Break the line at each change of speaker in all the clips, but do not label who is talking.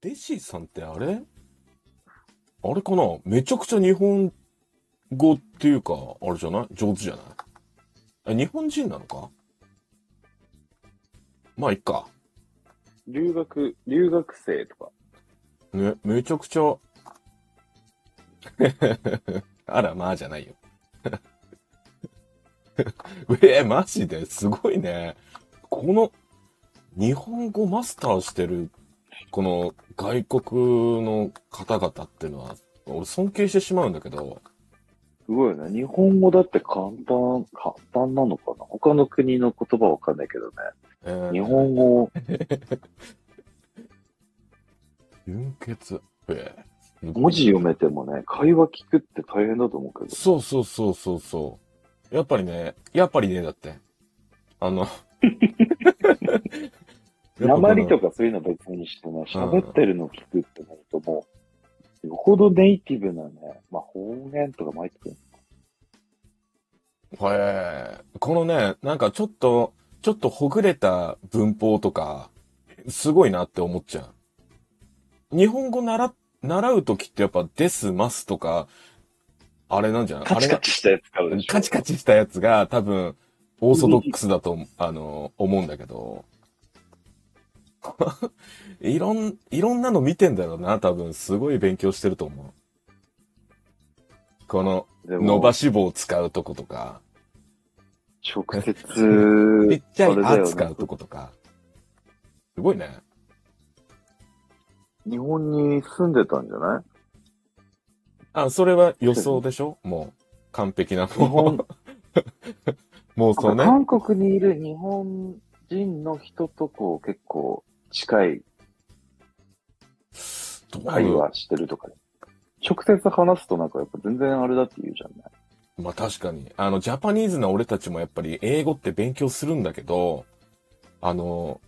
デシーさんってあれあれかなめちゃくちゃ日本語っていうか、あれじゃない上手じゃないあ日本人なのかまあ、いっか。
留学、留学生とか。
ね、めちゃくちゃ。 あら、まあじゃないよ。 えー、マジですごいね。この、日本語マスターしてる、この外国の方々っていうのは、俺尊敬してしまうんだけど、
すごいよね。日本語だって簡単、簡単なのかな他の国の言葉わかんないけどね。
えー
日本語、
純潔。えーすごい
文字読めてもね、会話聞くって大変だと思うけど。
そうそうそうそうそう。やっぱりね、やっぱりね、だって。あの、
鉛とかそういうのは別にしてね、喋ってるの聞くってなるともう、よほどネイティブなね、まあ方言とかも入ってくる。
へえ、このね、なんかちょっと、ちょっとほぐれた文法とか、すごいなって思っちゃう。日本語習っ、習うときってやっぱ、です、ますとか、あれなんじゃない
カチ
あれ
カチしたやつ買うでしょ。
カチカチしたやつが多分、オーソドックスだと、あの、思うんだけど。 いろん、いろんなの見てんだろうな、多分。すごい勉強してると思う。この、
でも
伸ばし棒を使うとことか、
直接、
ちっちゃい
あれだ
あ
よね
使うとことか。すごいね。
日本に住んでたんじゃない
あ、それは予想でしょもう、完璧な。
日本
もう、 妄想ね。
韓国にいる日本人の人とこう結構近い
どう
会話してるとかね、直接話すとなんかやっぱ全然あれだって言うじゃんね。
まあ確かに。あの、ジャパニーズな俺たちもやっぱり英語って勉強するんだけど、あの、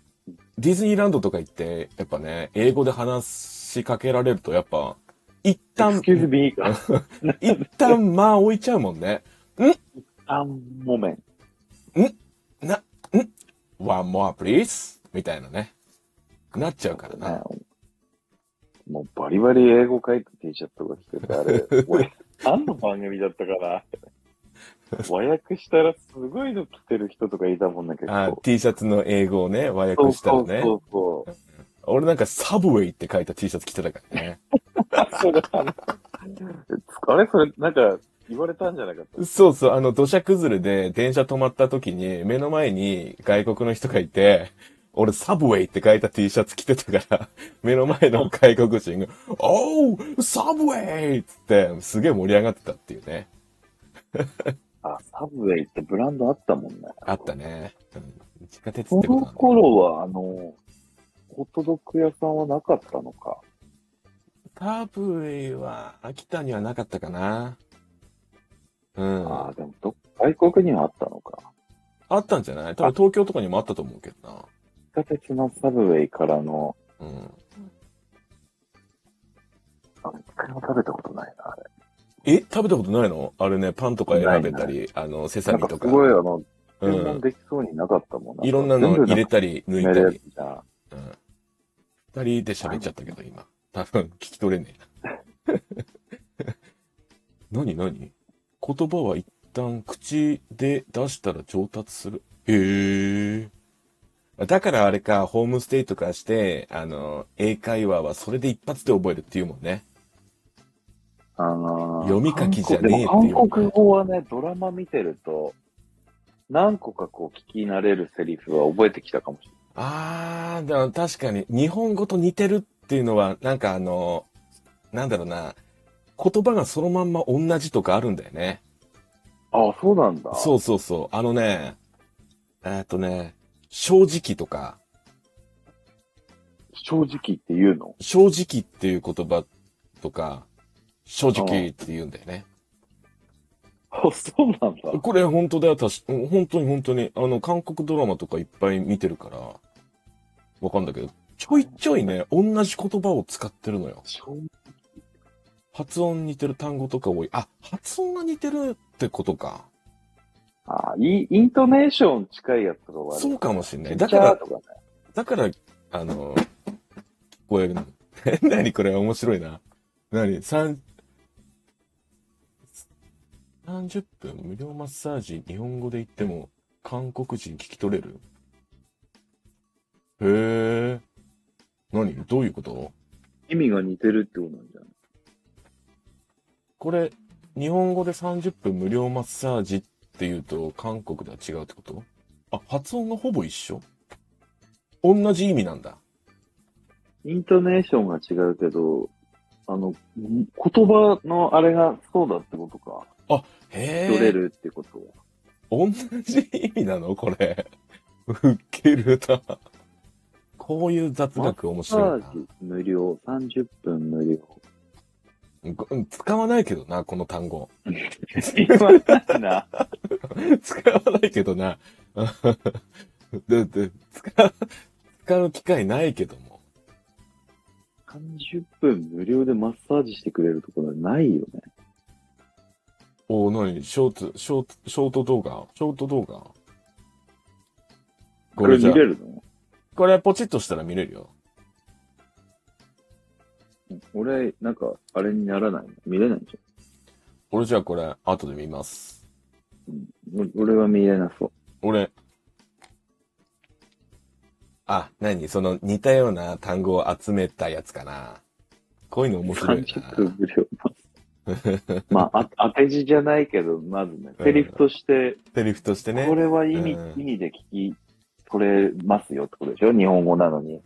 ディズニーランドとか行って、やっぱね、英語で話しかけられると、やっぱ、一 旦、
Excuse me か。
一旦まあ置いちゃうもんね。
あんもめん。
one more please みたいなね。なっちゃうから
ね
な。、
もうバリバリ英語書いて T シャツとか着てて、あれ、 俺、何の番組だったかな和訳したらすごいの着てる人とかいたもんね、結
あ
構。
T シャツの英語をね、和
そ
訳
う
したら
そう
ね。
そうそう。
俺なんかサブウェイって書いた T シャツ着てたからね。
そ れあのあれそれ、なんか、言われたんじゃなかった
そうそう、あの、土砂崩れで電車止まった時に、目の前に外国の人がいて、俺、サブウェイって書いた T シャツ着てたから、目の前の外国人が、おーサブウェイっつって、すげえ盛り上がってたっていうね。
あ、サブウェイってブランドあったもんね。
あったね。うん、地下鉄ってこ
そ
となん
の
だ
頃は、あの、ホットドッグ屋さんはなかったのか。
サブウェイは、秋田にはなかったかな。うん。
あ
あ
あ、でもど、外国にはあったのか。
ったんじゃない多分東京とかにもあったと思うけどな。
地下鉄のサブウェイからの、
うん。
あの、一回も食べたことないな、あれ。
え、食べたことないのあれね、パンとか選べたり、あの、セサ
なん
ミ
か
と
す
か。
ごい、あの、
う
注
ん
文できそうになかったもん
いろんなの入れたり抜
り
いたり。
じゃん。
うん二人で喋っちゃったけど、今。多分聞き取れねえな。 何何言葉は一旦口で出したら上達する。へえ。だからあれか、ホームステイとかして、あの、英会話はそれで一発で覚えるっていうもんね。
あのー
読み書きじゃねえっていう
韓国でも韓国語はね、ドラマ見てると、何個かこう聞き慣れるセリフは覚えてきたかもしれない。
あー、でも確かに、日本語と似てるっていうのは、なんかあの、なんだろうな、言葉がそのまんま同じとかあるんだよね。
ああ、そうなんだ。
そうそうそう。あのね、えーっとね、正直とか、
正直って言うの
正直っていう言葉とか、正直って言うんだよね。
あ、そうなんだ。
これ本当だよ、確か本当に本当に。あの、韓国ドラマとかいっぱい見てるから、わかんだけど、ちょいちょいね、同じ言葉を使ってるのよ。
正
発音似てる単語とか多い。あ、発音が似てるってことか。
ああ、イイントネーション近いやつが悪い。
そうかもしれない。
だ
だ
か
からら、
とかね。
だから、あの、聞こえるの。 何これ面白いな。何三、30分無料マッサージ日本語で言っても韓国人聞き取れるへえ。何どういうこと
意味が似てるってことなんじゃない
これ、日本語で30分無料マッサージって言うと韓国では違うってことあ、発音がほぼ一緒同じ意味なんだ。
イントネーションが違うけど、あの、言葉のあれがそうだってことか。
へ
取れ
え。
るってことは。
同じ意味なのこれ。ウケるな。こういう雑学面
マ
白い
ッサ
な
ージ無料、30分無料。
ご。使わないけどな、この単語。
今ないな。
使わないけどな。 だって、使う、使う機会ないけども。
30分無料でマッサージしてくれるところはないよね。
おなにショート、ショート、ショート動画ショート動画
これ見
じゃあ
れるの
これポチッとしたら見れるよ。
俺、なんか、あれにならないの見れないじ
俺じゃあこれ、後で見ます。
ゃん。お俺は見れなそう。
俺、あ、なにその似たような単語を集めたやつかな。こういうの面白い
30分無料。
な。
まあ、あ当て字じゃないけど、まずね、
うん
セリフとして、
セリフとしてね
こ。れは意味、
うん
意味で聞き取れますよってことでしょ日本語な のに。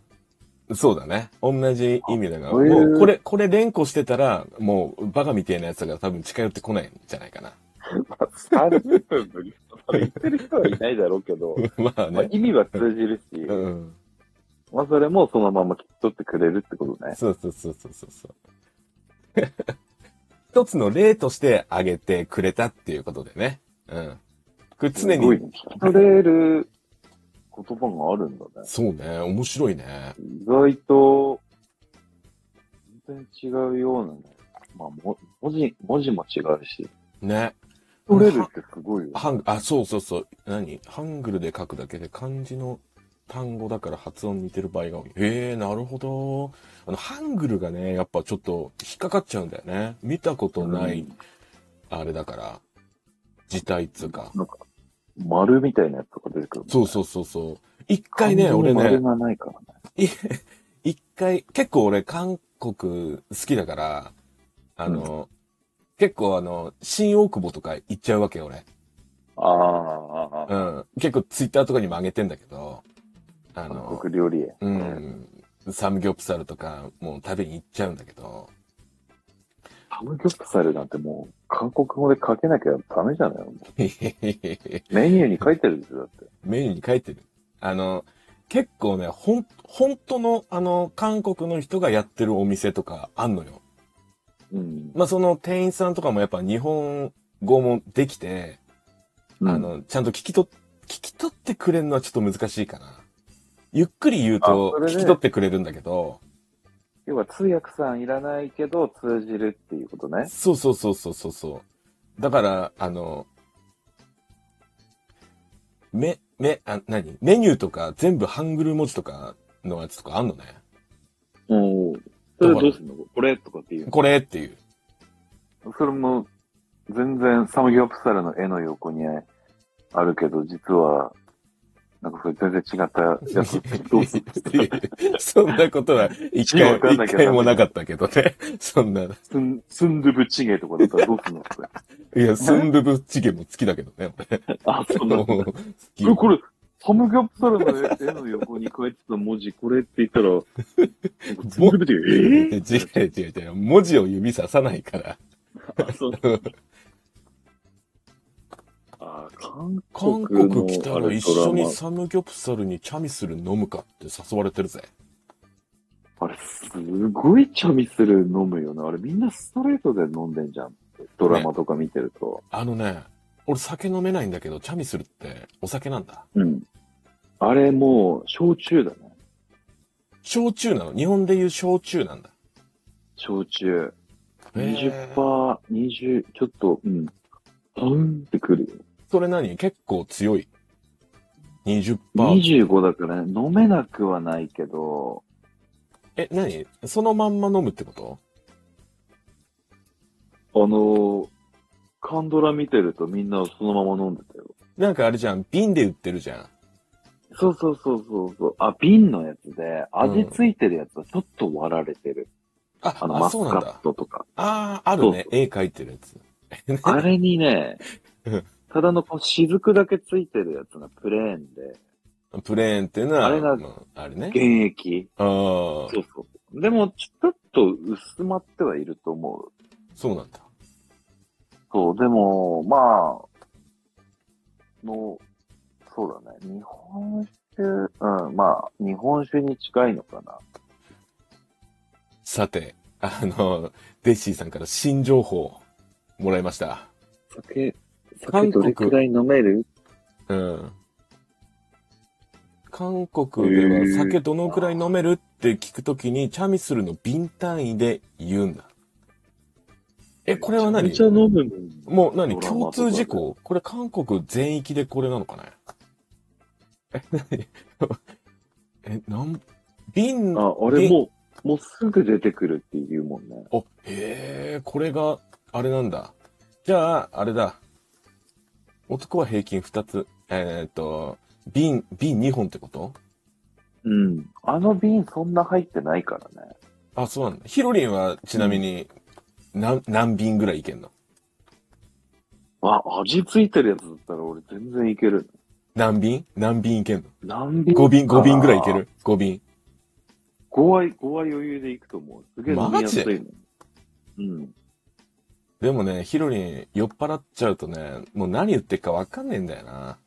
そうだね。同じ意味だが。
あこうい
も
う
うこれ、これ連呼してたら、もうバカみたいなやつだから多分近寄ってこないんじゃないかな。
30分無料。言ってる人はいないだろうけど、
まあ
まあ
ね。
意味は通じるし、
うん。
まあそれもそのまま聞き取ってくれるってことね。
そうそうそうそうそうそう。 一つの例として挙げてくれたっていうことでね。うん。これ常
すごい
に、
ね聞き取れる言葉があるんだね。
そうね、面白いね。
意外と、全然違うようなね。まあ、も文字、文字も違うし。
ね。
取れるってすごいよね。
ハング、あ、そうそうそう。何ハングルで書くだけで漢字の単語だから発音似てる場合が多い。へえ、なるほど。あの、ハングルがね、やっぱちょっと引っかかっちゃうんだよね。見たことない、
うん
あれだから、字体っつうか。
なんか、丸みたいなやつとか出てくるもんね、
そうそうそうそう。一回ね、俺ね、
丸がないからね。
い一回、結構俺韓国好きだから、あの、結構あの、新大久保とか行っちゃうわけよ俺。
ああ、あ
う
あ
ん。結構ツイッターとかにも上げてんだけど、あ
韓
の、
国料理へ。
う。ん、サムギョプサルとかもう食べに行っちゃうんだけど、
ハムギョプサルなんてもう、韓国語で書けなきゃダメじゃないのメニューに書いてるでしょ、だって。
メニューに書いてる。あの、結構ね、ほん、本当のあの、韓国の人がやってるお店とかあんのよ。
うん。
まあ、その店員さんとかもやっぱ日本語もできて、あ、の、ちゃんと聞き取っ、聞き取ってくれるのはちょっと難しいかな。ゆっくり言うと
あそれで
聞き取ってくれるんだけど、
要は通訳さんいらないけど通じるっていうことね。
そうそうそうそうそうそう。だから、あの、め、め、あ、何メニューとか全部ハングル文字とかのやつとかあんのね。
おお。
それどうす
んのこれとかっていう。
これっていう。
それも、全然サムギョプサルの絵の横にあるけど、実は、なんかそれ全然違 ったやつ。どうすんの
そんなことは一
意
回
味わかん
も、
ない
一
けど
回もなかったけどね。そんな。
スン、スンドゥブチゲとかだったらどうすんのこれ。
いや、スンドゥブチゲも好きだけどね、俺。
あ、そんな
も
の。
う
こ
好き
れ、これ、サムギョプサルの絵絵の横に書いてた文字、これって言ったら、スンドゥブ チゲ、え
違う違う違う。文字を指ささないから。
ー、あ、そう。あ、韓
韓
国
国
の
来た
あ
ら
れ
一緒にサムギョプサルにチャミスル飲むかって誘われてるぜ。
あれ、すごいチャミスル飲むよな。あれ、みんなストレートで飲んでんじゃん。ドラマとか見てると。
あのね、俺酒飲めないんだけど、チャミスルってお酒なんだ。
うん。あれ、もう、焼酎だね。
焼酎なの。日本で言う焼酎なんだ。
焼酎。
へー
20%、20、ちょっと、うん。パンってくるよ。
それ何結構強い。20%。
25だからね、飲めなくはないけど、
え、何そのまんま飲むってこと
あのー、カンドラ見てるとみんなそのまま飲んでたよ。
なんかあれじゃん、瓶で売ってるじゃん。
そうそうそうそうそう。あ、瓶のやつで、味ついてるやつはちょっと割られてる。
あ、
あの、
あ
マス
そうなん
カ
だ
ッ。トとか。
ああ、あるね
そう。
絵描いてるやつ。
あれに ね
うん、
ただのこの雫だけついてるやつがプレーンで、
プレーンっていうのは、
あれが
まあ、あれね。
原液。
ああ、
そうそう。でも、ちょっと薄まってはいると思う。
そうなんだ。
そう、でも、まあ、の、そうだね。日本酒、うん、まあ、日本酒に近いのかな。
さて、あの、デッシーさんから新情報もらいました。
酒、
韓国
酒どれくらい飲める
うん。韓国で
へ
は
ー
酒どのくらい飲めるって聞くときに、チャミスルの瓶単位で言うんだ。え、これは何
めっちゃ飲むの
もう何
ドラマ
共
とか
通事項これ韓国全域でこれなのかねえ、何え、なん、瓶
あ、あれもう、もうすぐ出てくるって言うもんね。
お、へえ、これが、あれなんだ。じゃあ、あれだ。男は平均2つ。えーっと、瓶、瓶2本ってこと
うん。あの瓶そんな入ってないからね。
あ、そうなんだ。ヒロリンはちなみに、何、何瓶ぐらいいけんの
あ、味ついてるやつだったら俺全然いける。
何瓶何瓶いけんの
何瓶
?5 瓶、5瓶ぐらいいける ?5 瓶。
?5 は、5は余裕でいくと思う。すげえ飲みやすい
マ
の。うん。
でもね、ヒロリン酔っ払っちゃうとね、もう何言ってるかわかんねえんだよな。